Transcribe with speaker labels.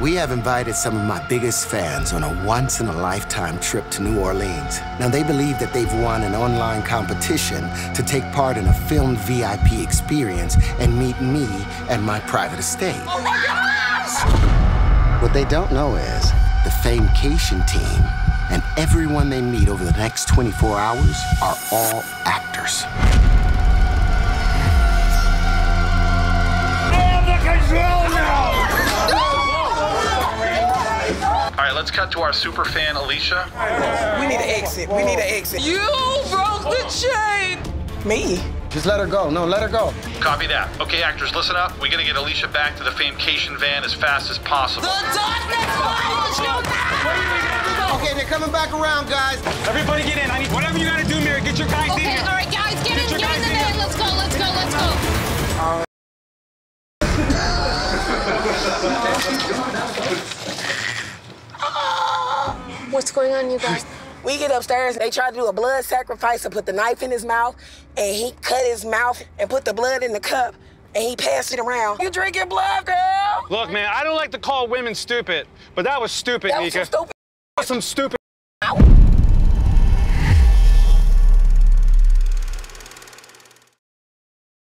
Speaker 1: We have invited some of my biggest fans on a once in a lifetime trip to New Orleans. Now, they believe that they've won an online competition to take part in a film VIP experience and meet me at my private estate. Oh my gosh! What they don't know is the Famecation team and everyone they meet over the next 24 hours are all actors.
Speaker 2: All right, let's cut to our super fan, Alicia.
Speaker 3: We need an exit. We need an exit.
Speaker 4: You broke the chain!
Speaker 3: Me.
Speaker 1: Just let her go. No, let her go.
Speaker 2: Copy that. Okay, actors, listen up. We're gonna get Alicia back to the Famecation van as fast as possible.
Speaker 4: The darkness follows you now!
Speaker 1: Okay, they're coming back around, guys.
Speaker 5: Everybody get in. I need whatever you gotta do, Mary. Get your guys in
Speaker 4: Okay,
Speaker 5: here.
Speaker 4: all right, guys, get,
Speaker 5: Get
Speaker 4: in,
Speaker 5: your
Speaker 4: get in
Speaker 5: guys
Speaker 4: the
Speaker 5: in
Speaker 4: van.
Speaker 5: here.
Speaker 4: Let's go, let's go, let's go.
Speaker 6: What's going on, you guys?
Speaker 3: We get upstairs. They tried to do a blood sacrifice and put the knife in his mouth, and he cut his mouth and put the blood in the cup, and he passed it around. You drinking blood, girl?
Speaker 5: Look, man, I don't like to call women stupid, but that was stupid,
Speaker 3: That was some
Speaker 5: Nika.
Speaker 3: stupid.
Speaker 5: That was some stupid